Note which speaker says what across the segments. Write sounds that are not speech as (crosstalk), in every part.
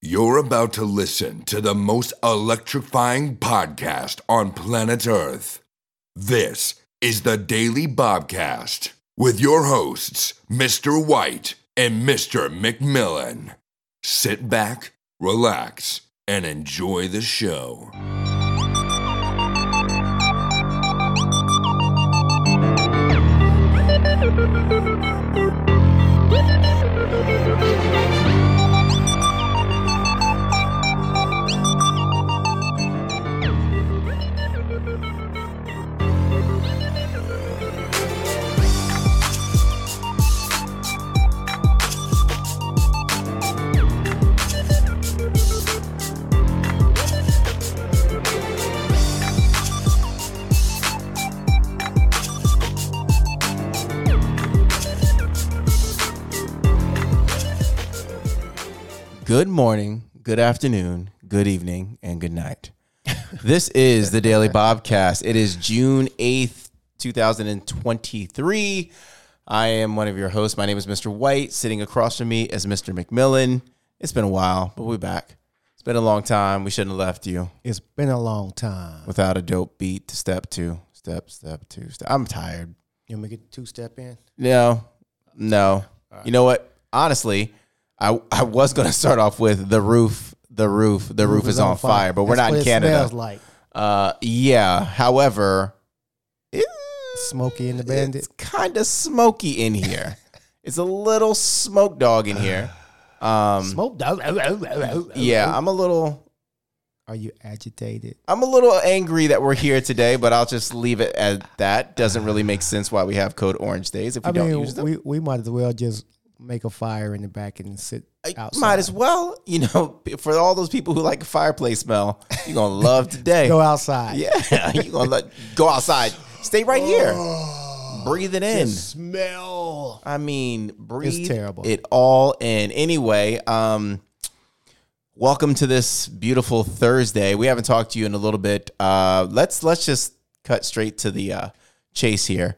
Speaker 1: You're about to listen to the most electrifying podcast on planet Earth. This is the Daily Bobcast with your hosts, Mr. White and Mr. McMillan. Sit back, relax, and enjoy the show.
Speaker 2: good morning, good afternoon, good evening, and good night. this is the Daily Bobcast. It is June 8th, 2023. I am one of your hosts. My name is Mr. White. Sitting across from me is Mr. McMillan. It's been a while, but we're back. It's been a long time. We shouldn't have left you
Speaker 3: It's been a long time.
Speaker 2: without a dope beat to step two, step, step two, step. I'm tired.
Speaker 3: You want me to get two step in?
Speaker 2: No, no. You know what? Honestly, I I was gonna (laughs) start off with the roof. The roof. The, roof, is, on fire, but we're
Speaker 3: That's
Speaker 2: not in
Speaker 3: what it Smells
Speaker 2: Canada.
Speaker 3: like
Speaker 2: Uh, yeah. However, it-
Speaker 3: Smokey and the Bandit.
Speaker 2: It's kind of smoky in here.
Speaker 3: (laughs)
Speaker 2: it's a little smoke dog in
Speaker 3: (sighs)
Speaker 2: here. Um,
Speaker 3: Smoke.
Speaker 2: yeah, I'm a little.
Speaker 3: Are you agitated?
Speaker 2: I'm a little angry that we're here today, but I'll just leave it at that. Doesn't really make sense why we have code orange days if we
Speaker 3: I
Speaker 2: don't
Speaker 3: mean,
Speaker 2: use them.
Speaker 3: we, we might as well just make a fire in the back and sit
Speaker 2: I-
Speaker 3: outside.
Speaker 2: Might as well, you know, for all those people who like fireplace smell, you're gonna love today.
Speaker 3: (laughs) Go
Speaker 2: (laughs)
Speaker 3: outside.
Speaker 2: yeah, you're gonna let, go outside. Stay right here. Breathe it in.
Speaker 3: Oh, Smell.
Speaker 2: I mean, breathe
Speaker 3: terrible.
Speaker 2: it all in. Anyway, um, welcome to this beautiful Thursday. We haven't talked to you in a little bit. Uh, let's let's just cut straight to the uh, chase here.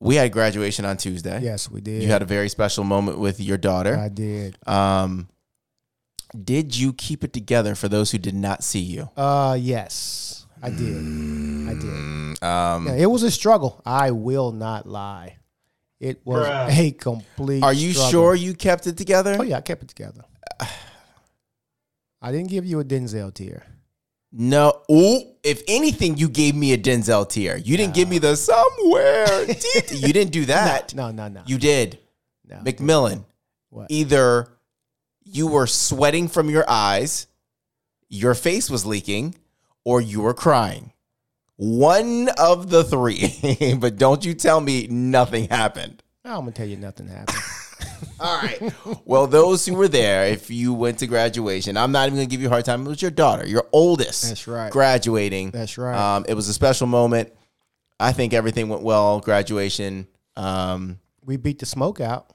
Speaker 2: We had graduation on Tuesday.
Speaker 3: Yes, we did.
Speaker 2: You had a very special moment with your daughter.
Speaker 3: I did.
Speaker 2: Um, did you keep it together for those who did not see you?
Speaker 3: Uh, yes, I did. I did.
Speaker 2: Um,
Speaker 3: Yeah, it was a struggle. I will not lie. It was a complete.
Speaker 2: are you
Speaker 3: struggle.
Speaker 2: sure you kept it together?
Speaker 3: Oh yeah, I kept it together. (sighs) I didn't give you a Denzel tear.
Speaker 2: No. Ooh, if anything, you gave me a Denzel tear. You didn't give me the
Speaker 3: (laughs)
Speaker 2: somewhere. did- you didn't do that.
Speaker 3: No, no, no.
Speaker 2: You did.
Speaker 3: no.
Speaker 2: McMillan,
Speaker 3: What?
Speaker 2: either you were sweating from your eyes, your face was leaking, or you were crying. One of the three. (laughs) but don't you tell me nothing happened.
Speaker 3: I'm gonna tell you nothing happened.
Speaker 2: All right. Well, those who were there, if you went to graduation, I'm not even going to give you a hard time. It was your daughter, your oldest.
Speaker 3: That's right.
Speaker 2: Graduating.
Speaker 3: That's right.
Speaker 2: Um, it was a special moment. I think everything went well. Graduation. Um,
Speaker 3: we beat the smoke out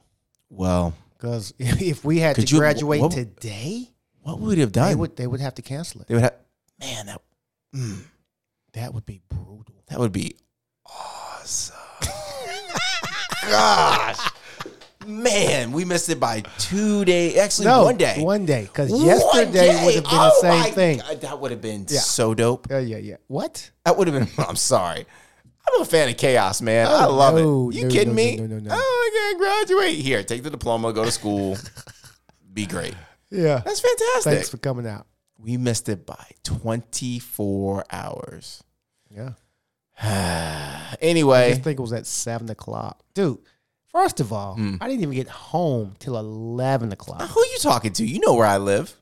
Speaker 2: well,
Speaker 3: because (laughs) if we had
Speaker 2: Could
Speaker 3: to
Speaker 2: you-
Speaker 3: graduate
Speaker 2: what-
Speaker 3: today,
Speaker 2: what would we have done?
Speaker 3: they would they would have to cancel it.
Speaker 2: They would have. Man, that mm,
Speaker 3: That would be brutal.
Speaker 2: that would be
Speaker 3: (laughs)
Speaker 2: awesome. Gosh, man, we missed it by two days. Actually, one day.
Speaker 3: one day, because
Speaker 2: One
Speaker 3: yesterday would have been
Speaker 2: Oh
Speaker 3: the
Speaker 2: my
Speaker 3: same thing.
Speaker 2: God, that would have been
Speaker 3: Yeah.
Speaker 2: so dope.
Speaker 3: Yeah, yeah, yeah. What?
Speaker 2: That would have been. (laughs) I'm sorry. I'm a fan of chaos, man. I
Speaker 3: Oh,
Speaker 2: love
Speaker 3: no,
Speaker 2: it. You
Speaker 3: no,
Speaker 2: kidding
Speaker 3: no,
Speaker 2: me?
Speaker 3: no, no, no, no.
Speaker 2: Oh, I gotta graduate. Here, take the diploma. Go to school.
Speaker 3: (laughs)
Speaker 2: Be great.
Speaker 3: Yeah.
Speaker 2: That's fantastic.
Speaker 3: Thanks for coming out.
Speaker 2: we missed it by 24 hours.
Speaker 3: Yeah. I
Speaker 2: Anyway,
Speaker 3: think it was at seven o'clock, dude. First of all,
Speaker 2: Hmm.
Speaker 3: I didn't even get home till eleven o'clock.
Speaker 2: who you talking to? You know where I live.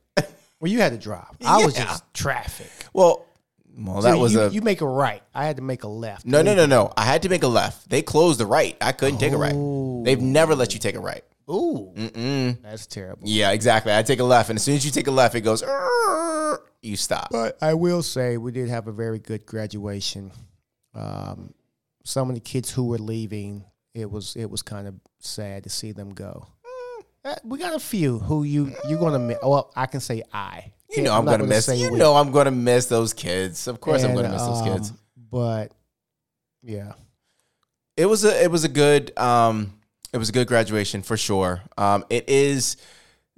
Speaker 3: Well, you had to drive. I was
Speaker 2: Yeah.
Speaker 3: just traffic.
Speaker 2: Well, well, that
Speaker 3: So
Speaker 2: was
Speaker 3: you,
Speaker 2: a
Speaker 3: you make a right. I had to make a left.
Speaker 2: no, no, no, no. I had to make a left. They closed the right. I couldn't take a right.
Speaker 3: Oh.
Speaker 2: They've never let you take a right.
Speaker 3: Ooh, that's terrible.
Speaker 2: Yeah, exactly. I take a left, and as soon as you take a left, it goes. "Arr," You stop.
Speaker 3: But I will say we did have a very good graduation. Um, some of the kids who were leaving, it was it was kind of sad to see them go.
Speaker 2: Mm.
Speaker 3: Uh, we got a few who you you're gonna miss. Well, I can say I.
Speaker 2: You know
Speaker 3: I'm
Speaker 2: I'm,
Speaker 3: not
Speaker 2: gonna,
Speaker 3: gonna
Speaker 2: miss.
Speaker 3: say
Speaker 2: You
Speaker 3: we.
Speaker 2: know I'm gonna miss those kids. Of course I'm
Speaker 3: And,
Speaker 2: gonna miss those kids.
Speaker 3: um, But yeah,
Speaker 2: It was a it was a good um it was a good graduation for sure. Um, it is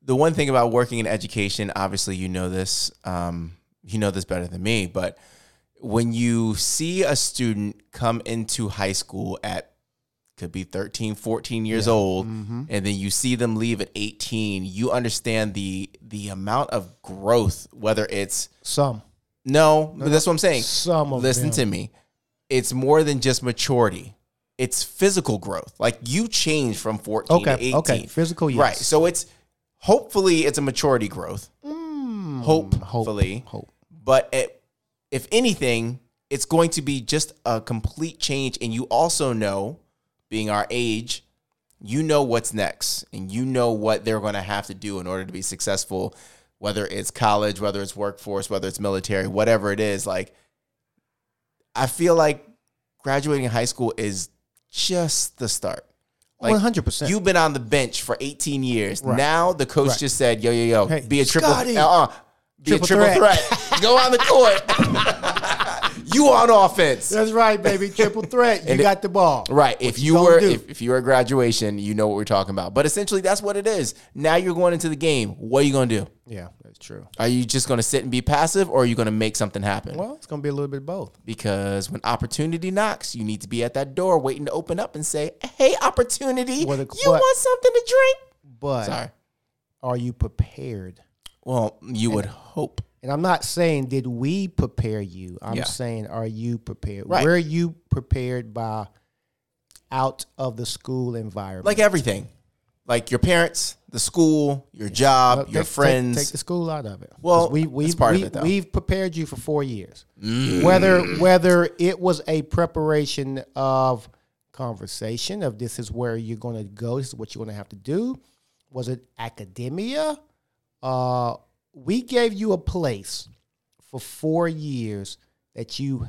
Speaker 2: the one thing about working in education, obviously, you know this, um, you know this better than me, but when you see a student come into high school at could be 13 14 years old
Speaker 3: mm-hmm.
Speaker 2: and then you see them leave at 18 you understand the the amount of growth whether it's
Speaker 3: Some.
Speaker 2: no, but that's what I'm saying.
Speaker 3: Some of
Speaker 2: Listen
Speaker 3: them.
Speaker 2: to me. It's more than just maturity. It's physical growth. Like you change from 14
Speaker 3: Okay,
Speaker 2: to 18.
Speaker 3: okay. Physical, yes.
Speaker 2: Right. So it's hopefully it's a maturity growth. Hope, hopefully.
Speaker 3: Mm. Hope.
Speaker 2: But it, if anything, it's going to be just a complete change. And you also know, being our age, you know what's next and you know what they're going to have to do in order to be successful, whether it's college, whether it's workforce, whether it's military, whatever it is. Like, I feel like graduating high school is just the start. Like,
Speaker 3: 100%.
Speaker 2: You've been on the bench for 18 years. Now the coach just said, yo, yo, yo,
Speaker 3: Hey,
Speaker 2: be a triple,
Speaker 3: Scotty.
Speaker 2: uh-uh, be
Speaker 3: Triple
Speaker 2: a triple
Speaker 3: threat.
Speaker 2: threat. Go on the
Speaker 3: (laughs)
Speaker 2: court. you on offense.
Speaker 3: That's right, baby. Triple threat.
Speaker 2: (laughs)
Speaker 3: You
Speaker 2: And it-
Speaker 3: got the ball.
Speaker 2: Right. If you,
Speaker 3: gonna
Speaker 2: were
Speaker 3: do?
Speaker 2: if, if you were at graduation, you know what we're talking about. But essentially that's what it is. Now you're going into the game. What are you gonna do?
Speaker 3: Yeah, that's true.
Speaker 2: Are you just gonna sit and be passive or are you gonna make something happen?
Speaker 3: Well, it's going to be a little bit of both.
Speaker 2: because when opportunity knocks, you need to be at that door waiting to open up and say, Hey, opportunity,
Speaker 3: What a-
Speaker 2: you
Speaker 3: what-
Speaker 2: want something to drink?
Speaker 3: But
Speaker 2: Sorry.
Speaker 3: are you prepared?
Speaker 2: Well, you would hope.
Speaker 3: And I'm not saying did we prepare you. I'm
Speaker 2: Yeah.
Speaker 3: saying are you prepared?
Speaker 2: Right.
Speaker 3: Were you prepared by out of the school environment?
Speaker 2: Like everything. Like your parents, the school, your job,
Speaker 3: But
Speaker 2: your
Speaker 3: take- take-
Speaker 2: friends.
Speaker 3: Take, the school out of it. 'Cause
Speaker 2: Well,
Speaker 3: we
Speaker 2: that's
Speaker 3: we
Speaker 2: part of
Speaker 3: we,
Speaker 2: it, though. Mm.
Speaker 3: we've prepared you for four years. Whether whether it was a preparation of conversation of this is where you're going to go, this is what you're going to have to do. Was it academia? Uh, we gave you a place for four years that you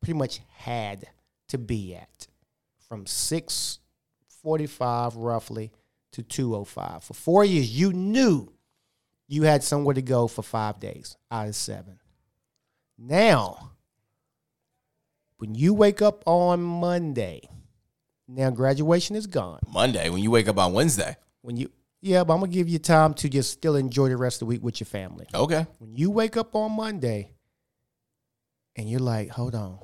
Speaker 3: pretty much had to be at from six 45 roughly to 205. For four years, you knew you had somewhere to go for five days out of seven. Now, when you wake up on Monday, now graduation is gone.
Speaker 2: Monday when you wake up on Wednesday.
Speaker 3: When you, yeah, but I'm gonna give you time to just still enjoy the rest of the week with your family.
Speaker 2: Okay.
Speaker 3: When you wake up on Monday and you're like, hold on.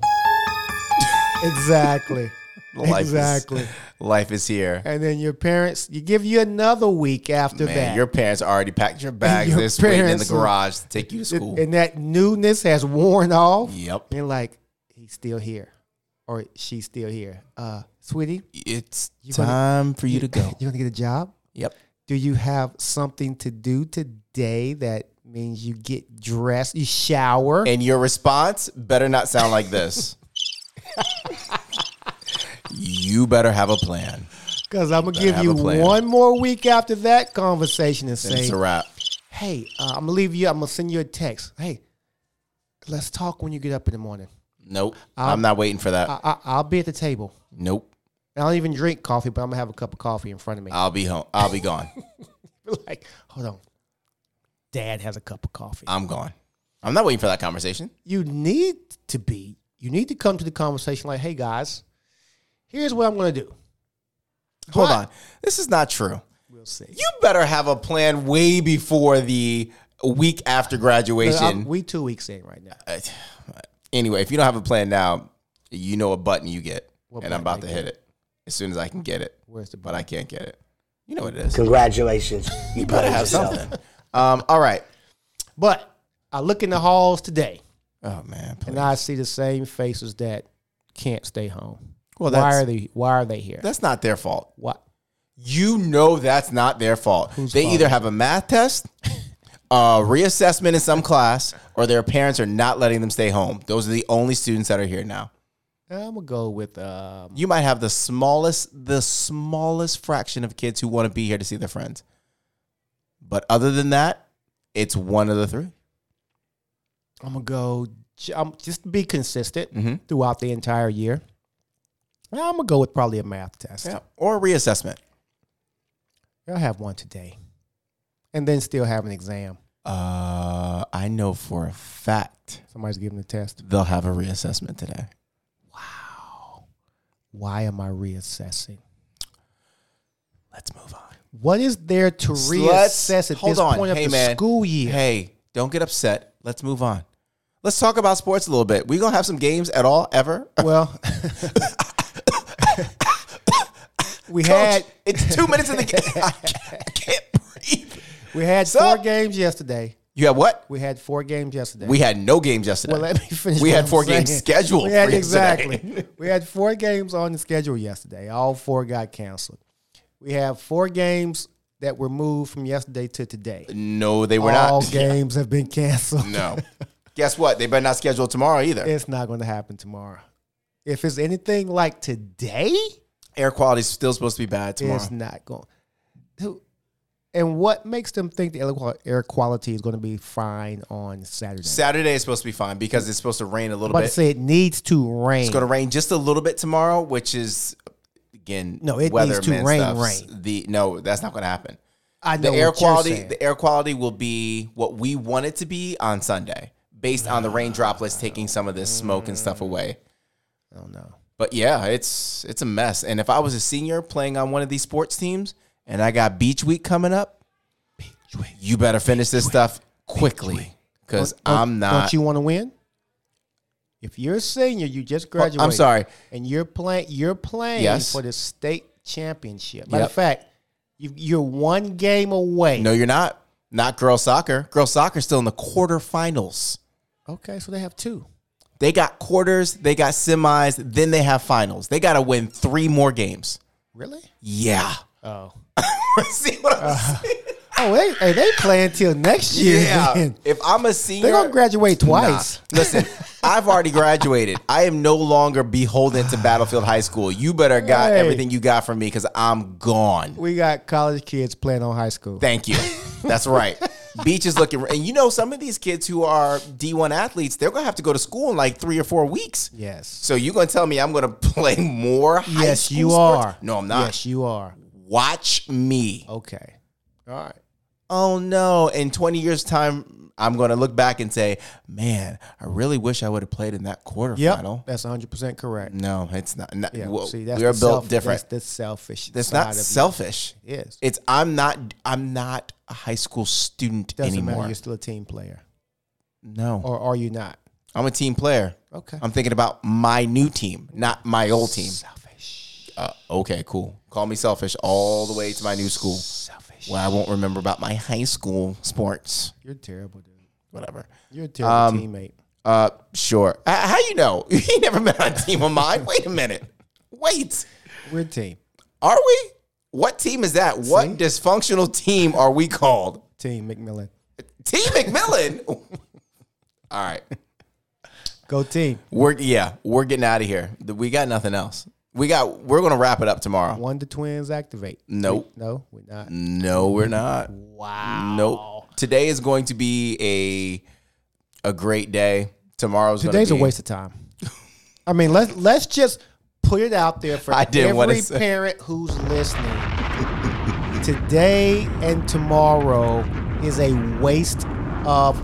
Speaker 3: (laughs)
Speaker 2: (laughs)
Speaker 3: exactly. exactly.
Speaker 2: Is, (laughs) life is here.
Speaker 3: And then your parents, you give you another week after
Speaker 2: Man,
Speaker 3: that.
Speaker 2: your parents already packed
Speaker 3: (laughs)
Speaker 2: your bags.
Speaker 3: Your
Speaker 2: They're just waiting in the
Speaker 3: parents are-
Speaker 2: garage to take you to school.
Speaker 3: and that newness has worn off.
Speaker 2: yep.
Speaker 3: And you're like, he's still here, or she's still here. Uh, sweetie,
Speaker 2: It's
Speaker 3: gonna-
Speaker 2: time for you to go.
Speaker 3: (laughs) you gonna get a job?
Speaker 2: Yep.
Speaker 3: Do you have something to do today that means you get dressed, you shower?
Speaker 2: And your response better not sound like
Speaker 3: (laughs)
Speaker 2: this. you better have a plan.
Speaker 3: Because I'm gonna give
Speaker 2: have
Speaker 3: you
Speaker 2: a plan.
Speaker 3: one more week after that conversation and
Speaker 2: It's
Speaker 3: say,
Speaker 2: a wrap.
Speaker 3: hey, uh, I'm gonna leave you. I'm gonna send you a text. Hey, let's talk when you get up in the morning.
Speaker 2: Nope. I'm not waiting for that.
Speaker 3: I, I, I'll be at the table.
Speaker 2: nope.
Speaker 3: I don't even drink coffee, but I'm gonna have a cup of coffee in front of me. (laughs)
Speaker 2: I'll be home. I'll be gone.
Speaker 3: like, hold on. Dad has a cup of coffee.
Speaker 2: I'm gone. I'm not waiting for that conversation.
Speaker 3: you need to be, you need to come to the conversation like, hey guys, here's what I'm gonna do.
Speaker 2: Hold
Speaker 3: What?
Speaker 2: on. This is not true.
Speaker 3: We'll see.
Speaker 2: You better have a plan way before the week after graduation.
Speaker 3: we two weeks in right now.
Speaker 2: Uh, anyway, if you don't have a plan now, you know what button you get, and I'm about to hit it as soon as I can get it.
Speaker 3: Where's the
Speaker 2: but I can't get it. You know what it is.
Speaker 4: Congratulations. You
Speaker 2: Gotta
Speaker 4: better
Speaker 2: have something. Um, all right.
Speaker 3: But I look in the halls today
Speaker 2: Oh man. please.
Speaker 3: and I see the same faces that can't stay home.
Speaker 2: Well,
Speaker 3: why
Speaker 2: that's-
Speaker 3: are they why are they here?
Speaker 2: That's not their fault.
Speaker 3: What
Speaker 2: You know that's not their fault. they either have a math test, a reassessment in some class, or their parents are not letting them stay home. Those are the only students that are here now.
Speaker 3: I'm gonna go with um
Speaker 2: You might have the smallest, the smallest fraction of kids who want to be here to see their friends. But other than that, it's one of the three.
Speaker 3: I'm gonna go. j- I'm just be consistent
Speaker 2: Mm-hmm.
Speaker 3: throughout the entire year. I'm gonna go with probably a math test.
Speaker 2: Or a reassessment.
Speaker 3: I'll have one today, and then still have an exam.
Speaker 2: Uh, I know for a fact
Speaker 3: Somebody's giving a test.
Speaker 2: they'll have a reassessment today.
Speaker 3: Why am I reassessing?
Speaker 2: Let's move on.
Speaker 3: What is there to
Speaker 2: Let's-
Speaker 3: reassess at
Speaker 2: hold
Speaker 3: this
Speaker 2: on.
Speaker 3: point of
Speaker 2: Hey,
Speaker 3: the
Speaker 2: man.
Speaker 3: school year?
Speaker 2: Hey, don't get upset. Let's move on. Let's talk about sports a little bit. We gonna have some games at all ever? (laughs)
Speaker 3: Well, we
Speaker 2: Coach,
Speaker 3: had
Speaker 2: it's two minutes in
Speaker 3: (laughs)
Speaker 2: the game. I can't, I can't breathe.
Speaker 3: we had
Speaker 2: Sup?
Speaker 3: four games yesterday.
Speaker 2: You had what?
Speaker 3: We had four games yesterday.
Speaker 2: We had no games yesterday.
Speaker 3: well, (laughs) let me finish.
Speaker 2: We
Speaker 3: what
Speaker 2: had
Speaker 3: I'm
Speaker 2: four games
Speaker 3: saying.
Speaker 2: scheduled.
Speaker 3: We had,
Speaker 2: for yesterday.
Speaker 3: exactly. we had four games on the schedule yesterday. All four got canceled. We have four games that were moved from yesterday to today.
Speaker 2: No, they were (laughs)
Speaker 3: All
Speaker 2: not.
Speaker 3: games have been canceled.
Speaker 2: No. Guess what? They better not schedule tomorrow either.
Speaker 3: It's not going to happen tomorrow. If it's anything like today,
Speaker 2: Air quality's still supposed to be bad tomorrow.
Speaker 3: it's not going. Dude, And what makes them think the air qual- air quality is going to be fine on Saturday?
Speaker 2: Saturday is supposed to be fine because it's supposed to rain a
Speaker 3: I'm
Speaker 2: little
Speaker 3: about to
Speaker 2: bit.
Speaker 3: say it needs to rain.
Speaker 2: It's going to rain just a little bit tomorrow, which is again
Speaker 3: No, it
Speaker 2: weather
Speaker 3: needs to
Speaker 2: man
Speaker 3: rain,
Speaker 2: stuff's
Speaker 3: rain.
Speaker 2: The no, that's not going to happen.
Speaker 3: I
Speaker 2: The
Speaker 3: know
Speaker 2: air
Speaker 3: what you're
Speaker 2: quality,
Speaker 3: saying.
Speaker 2: the air quality will be what we want it to be on Sunday, based on the rain droplets taking some of this smoke and stuff away.
Speaker 3: I don't know.
Speaker 2: But yeah, it's it's a mess. And if I was a senior playing on one of these sports teams, and I got beach week coming up, you better finish this stuff quickly because
Speaker 3: Don't-
Speaker 2: I'm not.
Speaker 3: Don't you want to win? If you're a senior, you just
Speaker 2: Oh,
Speaker 3: graduated.
Speaker 2: I'm sorry.
Speaker 3: and you're playing. You're playing
Speaker 2: Yes.
Speaker 3: for the state championship. Matter
Speaker 2: Yep.
Speaker 3: of fact, you, you're one game away.
Speaker 2: No, you're not. Not girls soccer. Girls soccer's still in the quarterfinals.
Speaker 3: Okay, so they have two.
Speaker 2: They got quarters, they got semis, then they have finals. They got to win three more games.
Speaker 3: Really?
Speaker 2: Yeah. (laughs)
Speaker 3: Oh.
Speaker 2: See what I'm saying?
Speaker 3: Oh, they, hey, they playing till next year.
Speaker 2: Yeah.
Speaker 3: then.
Speaker 2: If I'm a senior,
Speaker 3: They're gonna graduate
Speaker 2: Nah.
Speaker 3: twice. (laughs)
Speaker 2: Listen, I've already graduated. I am no longer beholden to Battlefield High School. You better got
Speaker 3: Hey.
Speaker 2: everything you got from me because I'm gone.
Speaker 3: We got college kids playing on high school.
Speaker 2: Thank you. That's
Speaker 3: (laughs)
Speaker 2: right. Beach is looking, and you know some of these kids who are D1 athletes, they're gonna have to go to school in like three or four weeks.
Speaker 3: yes.
Speaker 2: So you gonna tell me I'm gonna (laughs) play more? High
Speaker 3: Yes,
Speaker 2: school
Speaker 3: you
Speaker 2: sports?
Speaker 3: are.
Speaker 2: No, I'm not.
Speaker 3: Yes, you are.
Speaker 2: Watch me.
Speaker 3: Okay. All right.
Speaker 2: Oh no! In 20 years' time, I'm gonna look back and say, "Man, I really wish I would have played in that
Speaker 3: Yep.
Speaker 2: quarterfinal."
Speaker 3: That's 100 percent correct.
Speaker 2: No, it's not. not-
Speaker 3: Yeah.
Speaker 2: well,
Speaker 3: See, that's
Speaker 2: we're
Speaker 3: the
Speaker 2: built
Speaker 3: self-
Speaker 2: different.
Speaker 3: That's the selfish.
Speaker 2: That's
Speaker 3: side
Speaker 2: not
Speaker 3: of you.
Speaker 2: selfish.
Speaker 3: It is.
Speaker 2: It's I'm not. I'm not a high school student
Speaker 3: Doesn't matter.
Speaker 2: anymore.
Speaker 3: You're still a team player,
Speaker 2: No,
Speaker 3: or are you not?
Speaker 2: I'm a team player.
Speaker 3: Okay.
Speaker 2: I'm thinking about my new team, not my old team.
Speaker 3: Selfish.
Speaker 2: Uh, okay, cool. Call me selfish all the way to my new school
Speaker 3: Selfish.
Speaker 2: where I won't remember about my high school sports.
Speaker 3: You're terrible, dude.
Speaker 2: Whatever.
Speaker 3: You're a terrible teammate.
Speaker 2: Uh, sure. Uh, how you know? (laughs) You ain't never been on a team of
Speaker 3: (laughs)
Speaker 2: mine. Wait a minute. Wait.
Speaker 3: We're a team.
Speaker 2: Are we? What team is that? What
Speaker 3: See?
Speaker 2: dysfunctional team are we called?
Speaker 3: Team McMillan.
Speaker 2: Team McMillan. (laughs) all right.
Speaker 3: Go team.
Speaker 2: We're yeah, we're getting out of here. We got nothing else. We got we're gonna wrap it up tomorrow.
Speaker 3: One the twins activate.
Speaker 2: Nope.
Speaker 3: No, we're not.
Speaker 2: No, we're not.
Speaker 3: Wow.
Speaker 2: Nope. Today is going to be a a great day. Tomorrow's
Speaker 3: Today's
Speaker 2: gonna
Speaker 3: a
Speaker 2: be,
Speaker 3: waste of time. I mean, let's let's just put it out there
Speaker 2: (laughs)
Speaker 3: for
Speaker 2: I didn't wanna
Speaker 3: every
Speaker 2: say-
Speaker 3: parent who's listening. Today and tomorrow is a waste of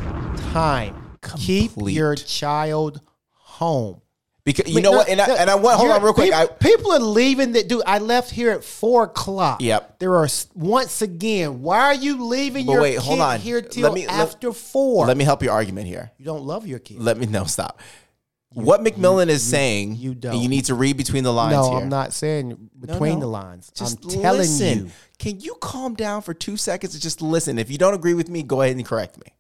Speaker 3: time. Keep
Speaker 2: Complete.
Speaker 3: your child home.
Speaker 2: because you know what? And I, and I want hold
Speaker 3: You're-
Speaker 2: on real quick.
Speaker 3: peop-
Speaker 2: I,
Speaker 3: People, are leaving. That dude, I left here at four o'clock.
Speaker 2: Yep.
Speaker 3: There are s- once again. Why are you leaving
Speaker 2: But
Speaker 3: your
Speaker 2: wait,
Speaker 3: kid
Speaker 2: hold on.
Speaker 3: here
Speaker 2: Let
Speaker 3: till
Speaker 2: me- let-
Speaker 3: after four?
Speaker 2: let me help your argument here.
Speaker 3: you don't love your kid.
Speaker 2: Let me no stop. what McMillan is saying,
Speaker 3: you
Speaker 2: and
Speaker 3: don't.
Speaker 2: you need to read between the lines.
Speaker 3: No,
Speaker 2: here.
Speaker 3: I'm not saying between
Speaker 2: no.
Speaker 3: the lines.
Speaker 2: Just
Speaker 3: I'm telling
Speaker 2: listen.
Speaker 3: you.
Speaker 2: Can you calm down for two seconds and just listen? If you don't agree with me, go ahead and correct me.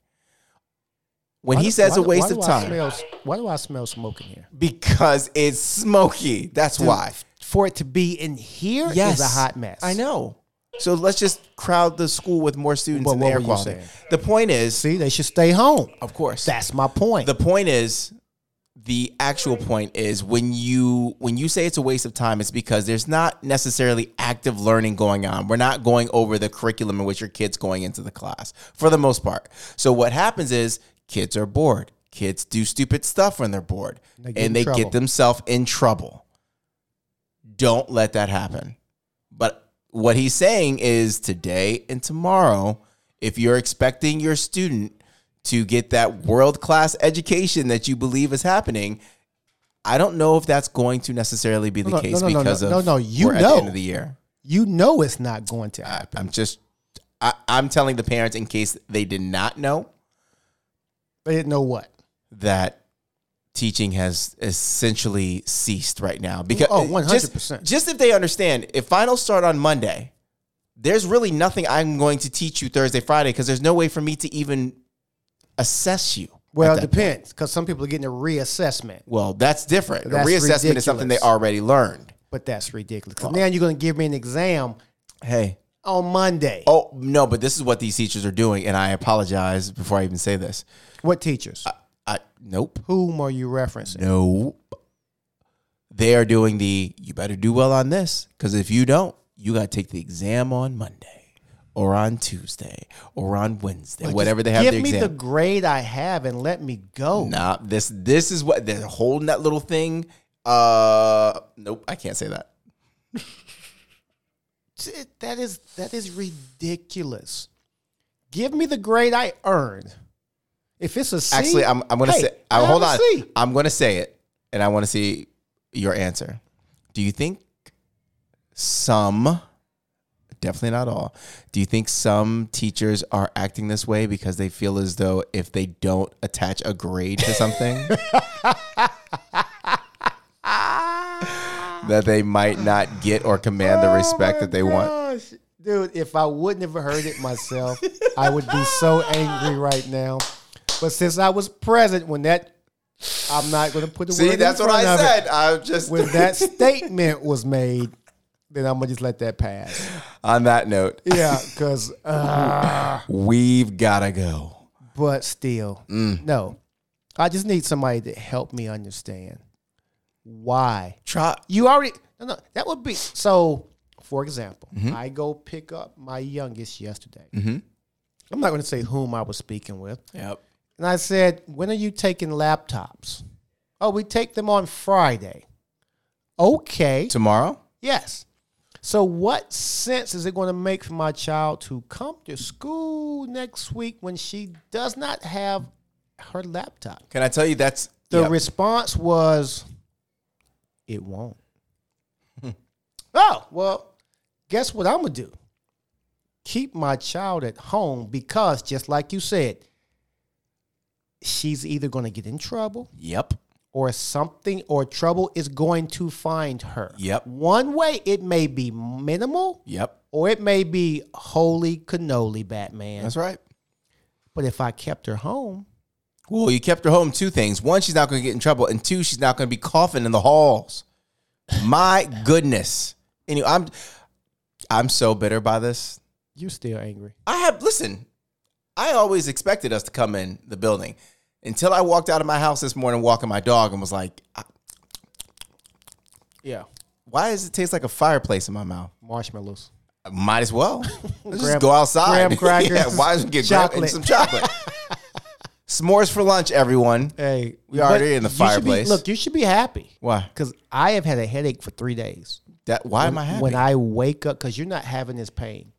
Speaker 2: When
Speaker 3: Why
Speaker 2: he
Speaker 3: do-
Speaker 2: says
Speaker 3: why
Speaker 2: a
Speaker 3: do-
Speaker 2: waste
Speaker 3: why
Speaker 2: of
Speaker 3: do I
Speaker 2: time,
Speaker 3: smell s- why do I smell smoke in here?
Speaker 2: because it's smoky. That's why.
Speaker 3: For it to be in here is
Speaker 2: Yes,
Speaker 3: a hot mess.
Speaker 2: I know. So let's just crowd the school with more students
Speaker 3: But
Speaker 2: and
Speaker 3: what
Speaker 2: air
Speaker 3: were you
Speaker 2: quality.
Speaker 3: saying?
Speaker 2: The point is,
Speaker 3: See, they should stay home.
Speaker 2: of course,
Speaker 3: That's my point.
Speaker 2: the point is the actual point is when you when you say it's a waste of time it's because there's not necessarily active learning going on we're not going over the curriculum in which your kids going into the class for the most part so what happens is kids are bored kids do stupid stuff when they're bored
Speaker 3: They get in
Speaker 2: and they
Speaker 3: trouble.
Speaker 2: get themselves in trouble don't let that happen but what he's saying is today and tomorrow, if you're expecting your student to get that world class education that you believe is happening, I don't know if that's going to necessarily be the
Speaker 3: No, no,
Speaker 2: case
Speaker 3: no, no, no,
Speaker 2: because
Speaker 3: no,
Speaker 2: of
Speaker 3: no, you
Speaker 2: we're at the
Speaker 3: know.
Speaker 2: end of the year.
Speaker 3: You know it's not going to happen.
Speaker 2: I'm just, I, I'm telling the parents in case they did not know
Speaker 3: They didn't know what.
Speaker 2: that teaching has essentially ceased right now because
Speaker 3: Oh,
Speaker 2: Just,
Speaker 3: 100%.
Speaker 2: just if they understand, if finals start on Monday, there's really nothing I'm going to teach you Thursday, Friday because there's no way for me to even assess you. at
Speaker 3: Well, it
Speaker 2: that
Speaker 3: depends because some people are getting a reassessment,
Speaker 2: Well, that's different. A
Speaker 3: That's
Speaker 2: reassessment is something they
Speaker 3: ridiculous.
Speaker 2: already learned.
Speaker 3: but that's ridiculous. 'Cause now you're going to give me an exam
Speaker 2: Hey.
Speaker 3: on Monday.
Speaker 2: Oh, no, but this is what these teachers are doing. And I apologize before I even say this.
Speaker 3: What teachers?
Speaker 2: Uh, I, nope.
Speaker 3: Whom are you referencing?
Speaker 2: Nope. They are doing the, you better do well on this. Because if you don't, you got to take the exam on Monday or on Tuesday or on Wednesday, whatever they have
Speaker 3: Give
Speaker 2: the
Speaker 3: me
Speaker 2: exam.
Speaker 3: the grade I have and let me go.
Speaker 2: Nah, this this is what they're holding that little thing. Uh, nope, I can't say that.
Speaker 3: T- That is that is ridiculous. Give me the grade I earned. If it's a C,
Speaker 2: Actually, I'm, I'm gonna
Speaker 3: hey,
Speaker 2: say. I,
Speaker 3: have
Speaker 2: hold
Speaker 3: a
Speaker 2: on.
Speaker 3: C.
Speaker 2: I'm gonna say it, and I want to see your answer. Do you think some, definitely not all, do you think some teachers are acting this way because they feel as though if they don't attach a grade to something,
Speaker 3: (laughs)
Speaker 2: that they might not get or command the respect that they want?
Speaker 3: Gosh, Oh, dude, if I wouldn't have heard it myself, I would be so angry right now. But since I was present when that, I'm not going to put the word
Speaker 2: See,
Speaker 3: in
Speaker 2: that's what
Speaker 3: front
Speaker 2: I
Speaker 3: of it.
Speaker 2: said. I'm just
Speaker 3: When that statement was made, then I'm gonna just let that pass.
Speaker 2: (laughs) on that note.
Speaker 3: Yeah, uh, because.
Speaker 2: We've gotta go.
Speaker 3: but still, no. I just need somebody to help me understand why
Speaker 2: Try.
Speaker 3: you already. No, no, that would be so. For example, I go pick up my youngest yesterday. I'm not going to say whom I was speaking with,
Speaker 2: Yep.
Speaker 3: and I said, "When are you taking laptops?" Oh, we take them on Friday. Okay.
Speaker 2: Tomorrow.
Speaker 3: Yes. So, what sense is it going to make for my child to come to school next week when she does not have her laptop?
Speaker 2: Can I tell you that's
Speaker 3: The
Speaker 2: yep.
Speaker 3: response was, it won't. oh, well, guess what I'm going to do? Keep my child at home because, just like you said, she's either going to get in trouble
Speaker 2: yep.
Speaker 3: or something or trouble is going to find her.
Speaker 2: Yep.
Speaker 3: One way it may be minimal
Speaker 2: Yep.
Speaker 3: or it may be holy cannoli, Batman.
Speaker 2: That's right.
Speaker 3: But if I kept her home,
Speaker 2: Well, you kept her home. Two things: one, she's not going to get in trouble, and two, she's not going to be coughing in the halls. My goodness. Anyway, I'm I'm so bitter by this.
Speaker 3: you're still angry.
Speaker 2: I have listen. I always expected us to come in the building until I walked out of my house this morning, walking my dog, and was like, "I-
Speaker 3: Yeah.
Speaker 2: "Why does it taste like a fireplace in my mouth?"
Speaker 3: Marshmallows.
Speaker 2: Might as
Speaker 3: (laughs)
Speaker 2: well. Let's just
Speaker 3: Graham-
Speaker 2: go outside.
Speaker 3: graham crackers,
Speaker 2: (laughs) yeah, why don't we get chocolate. and
Speaker 3: chocolate.
Speaker 2: some chocolate?
Speaker 3: (laughs)
Speaker 2: S'mores for lunch, everyone.
Speaker 3: Hey,
Speaker 2: We already in the
Speaker 3: you should be-
Speaker 2: fireplace.
Speaker 3: look, you should be happy.
Speaker 2: Why?
Speaker 3: Because I have had a headache for three days.
Speaker 2: That why am I happy?
Speaker 3: When I wake up, because you're not having this pain.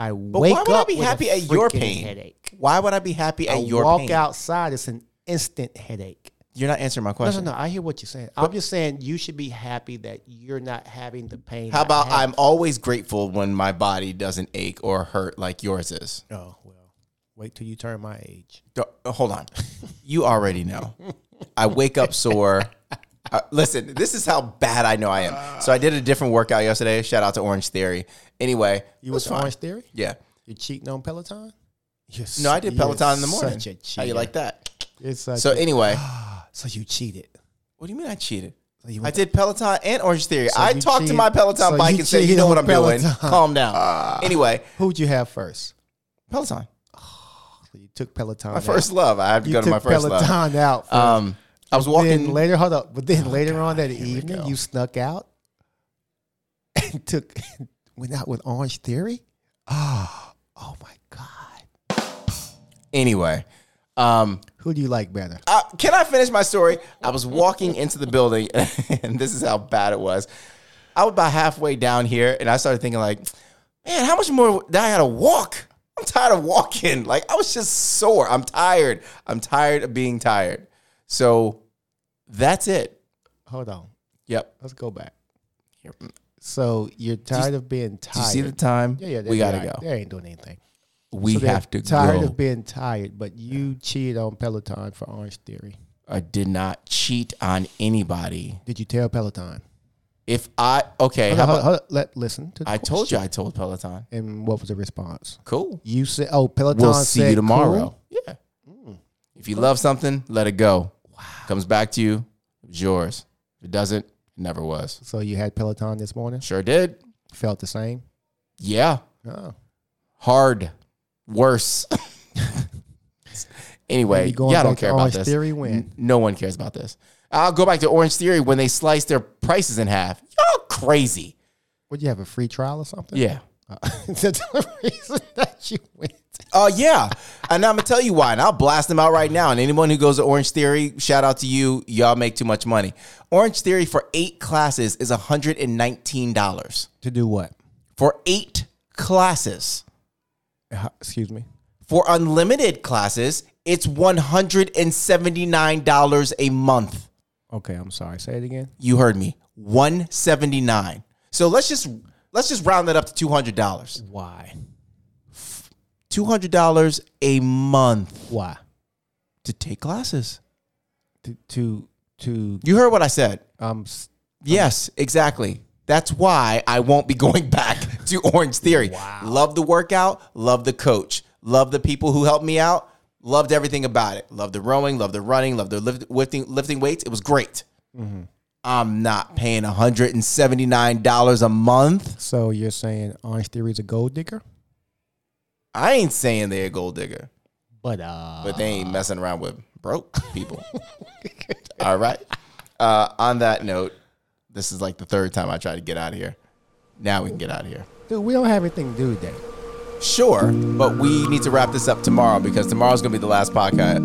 Speaker 3: I
Speaker 2: why
Speaker 3: wake
Speaker 2: would
Speaker 3: up
Speaker 2: I be
Speaker 3: with a
Speaker 2: happy at your
Speaker 3: freaking
Speaker 2: pain?
Speaker 3: headache.
Speaker 2: why would I be happy at
Speaker 3: I
Speaker 2: your
Speaker 3: walk
Speaker 2: pain?
Speaker 3: outside, it's an instant headache.
Speaker 2: You're not answering my
Speaker 3: No, no,
Speaker 2: question.
Speaker 3: no. I hear what you're saying. I'm just saying you should be happy that you're not having the pain.
Speaker 2: How about
Speaker 3: I?
Speaker 2: I'm always grateful when my body doesn't ache or hurt like yours is.
Speaker 3: have. Oh well, wait till you turn my age.
Speaker 2: Don't- uh, hold
Speaker 3: (laughs)
Speaker 2: on. You already know. I wake up
Speaker 3: (laughs)
Speaker 2: sore. Uh, listen, this is how bad I know I am. So I did a different workout yesterday. Shout out to Orange Theory. Anyway,
Speaker 3: You was Orange Theory.
Speaker 2: yeah.
Speaker 3: You're cheating on Peloton. You're
Speaker 2: No, I did Peloton in the morning.
Speaker 3: Such a cheater.
Speaker 2: How you like that?
Speaker 3: You're such
Speaker 2: So
Speaker 3: a- (gasps)
Speaker 2: anyway,
Speaker 3: so you cheated.
Speaker 2: what do you mean I cheated?
Speaker 3: you
Speaker 2: I did Peloton and Orange Theory. I
Speaker 3: you
Speaker 2: talked to
Speaker 3: cheated-
Speaker 2: my Peloton
Speaker 3: so
Speaker 2: bike
Speaker 3: you
Speaker 2: and said, "You
Speaker 3: cheated
Speaker 2: know what
Speaker 3: on
Speaker 2: I'm doing.
Speaker 3: Peloton." Ah.
Speaker 2: Calm down." anyway,
Speaker 3: Who'd you have first?
Speaker 2: Peloton,
Speaker 3: So you took Peloton.
Speaker 2: my first love. I have to
Speaker 3: You
Speaker 2: go to
Speaker 3: took
Speaker 2: my first
Speaker 3: Peloton
Speaker 2: love.
Speaker 3: out. first.
Speaker 2: Um, I was
Speaker 3: then
Speaker 2: walking. Oh,
Speaker 3: later, hold up. But then later on that evening, you snuck out (laughs) and took (laughs) went out with Orange Theory. Oh, oh my God.
Speaker 2: Anyway, um,
Speaker 3: Who do you like better?
Speaker 2: I, Uh, can I finish my story? I was walking into the building, (laughs) and this is how bad it was. I was about halfway down here, and I started thinking, like, man, how much more did I gotta walk? I'm tired of walking. Like, I was just sore. I'm tired. I'm tired of being tired. So that's it.
Speaker 3: Hold on.
Speaker 2: Yep.
Speaker 3: Let's go back. So you're tired of being
Speaker 2: Do you
Speaker 3: tired.
Speaker 2: see the time?
Speaker 3: yeah, yeah,
Speaker 2: we
Speaker 3: they're
Speaker 2: gotta
Speaker 3: not-
Speaker 2: go.
Speaker 3: They ain't doing anything.
Speaker 2: We
Speaker 3: So they're
Speaker 2: have to
Speaker 3: tired
Speaker 2: go.
Speaker 3: of being tired, but you cheated on Peloton for Orange Theory.
Speaker 2: I did not cheat on anybody.
Speaker 3: Did you tell Peloton?
Speaker 2: If I okay,
Speaker 3: Hold
Speaker 2: how
Speaker 3: on,
Speaker 2: about,
Speaker 3: hold on, hold on. Let listen to. The
Speaker 2: I told you I told Peloton.
Speaker 3: you. And what was the response?
Speaker 2: Cool.
Speaker 3: You said, "Oh, Peloton."
Speaker 2: We'll see
Speaker 3: said,
Speaker 2: you tomorrow.
Speaker 3: cool.
Speaker 2: Yeah. Mm. If you love something, let it go. Comes back to you, it's yours. If it doesn't, it never was.
Speaker 3: So you had Peloton this morning.
Speaker 2: Sure did.
Speaker 3: Felt the same.
Speaker 2: Yeah.
Speaker 3: Oh,
Speaker 2: Hard. Worse. (laughs) anyway,
Speaker 3: Maybe going
Speaker 2: yeah, I don't
Speaker 3: back to
Speaker 2: care about
Speaker 3: Orange
Speaker 2: this.
Speaker 3: Theory when?
Speaker 2: N- No one cares about this. I'll go back to Orange Theory when they slice their prices in half. Y'all crazy.
Speaker 3: would you have a free trial or (laughs) something?
Speaker 2: Yeah.
Speaker 3: Uh, that's the (laughs) reason that you went.
Speaker 2: Oh yeah, and I'm gonna tell you why, and I'll blast them out right now. And anyone who goes to Orange Theory, shout out to you. Y'all make too much money. Orange Theory for eight classes is 119 dollars
Speaker 3: To do what?
Speaker 2: for eight classes.
Speaker 3: Uh, Excuse me.
Speaker 2: For unlimited classes, it's 179 dollars a month.
Speaker 3: Okay, I'm sorry. Say it again.
Speaker 2: You heard me, 179. So let's just let's just round that up to 200 dollars.
Speaker 3: Why?
Speaker 2: 200 dollars a month
Speaker 3: Why?
Speaker 2: to take classes.
Speaker 3: To to to
Speaker 2: You heard what I said.
Speaker 3: um. s-
Speaker 2: Yes, exactly. That's why I won't be (laughs) going back to Orange Theory. Love the workout, love the coach, love the people who helped me out, loved everything about it. Loved the rowing, loved the running, loved the lift, lifting, lifting weights. It was great. I'm not paying $179 a month.
Speaker 3: So you're saying Orange Theory is a gold digger?
Speaker 2: I ain't saying they're a gold digger,
Speaker 3: But uh,
Speaker 2: but they ain't messing around with broke people. All right. Uh, on that note, this is like the third time I tried to get out of here. Now we can get out of here.
Speaker 3: dude, we don't have anything to do today.
Speaker 2: Sure, but we need to wrap this up tomorrow because tomorrow's gonna be the last podcast.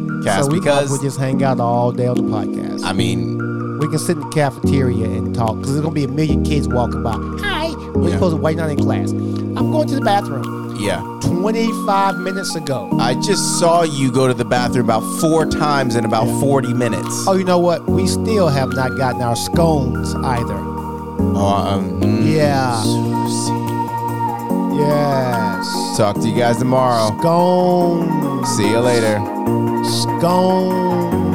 Speaker 3: so we might as well
Speaker 2: because
Speaker 3: just hang out all day on the podcast.
Speaker 2: I mean,
Speaker 3: we can sit in the cafeteria and talk because there's gonna be a million kids walking by. Hi, we're
Speaker 2: Yeah.
Speaker 3: supposed to wait on in class. I'm going to the bathroom.
Speaker 2: yeah,
Speaker 3: 25 minutes ago.
Speaker 2: I just saw you go to the bathroom about four times in about forty minutes.
Speaker 3: Oh, you know what? We still have not gotten our scones either.
Speaker 2: Oh, um, mm.
Speaker 3: Yeah. Ah. Yes.
Speaker 2: Talk to you guys tomorrow.
Speaker 3: Scones.
Speaker 2: See you later.
Speaker 3: Scones.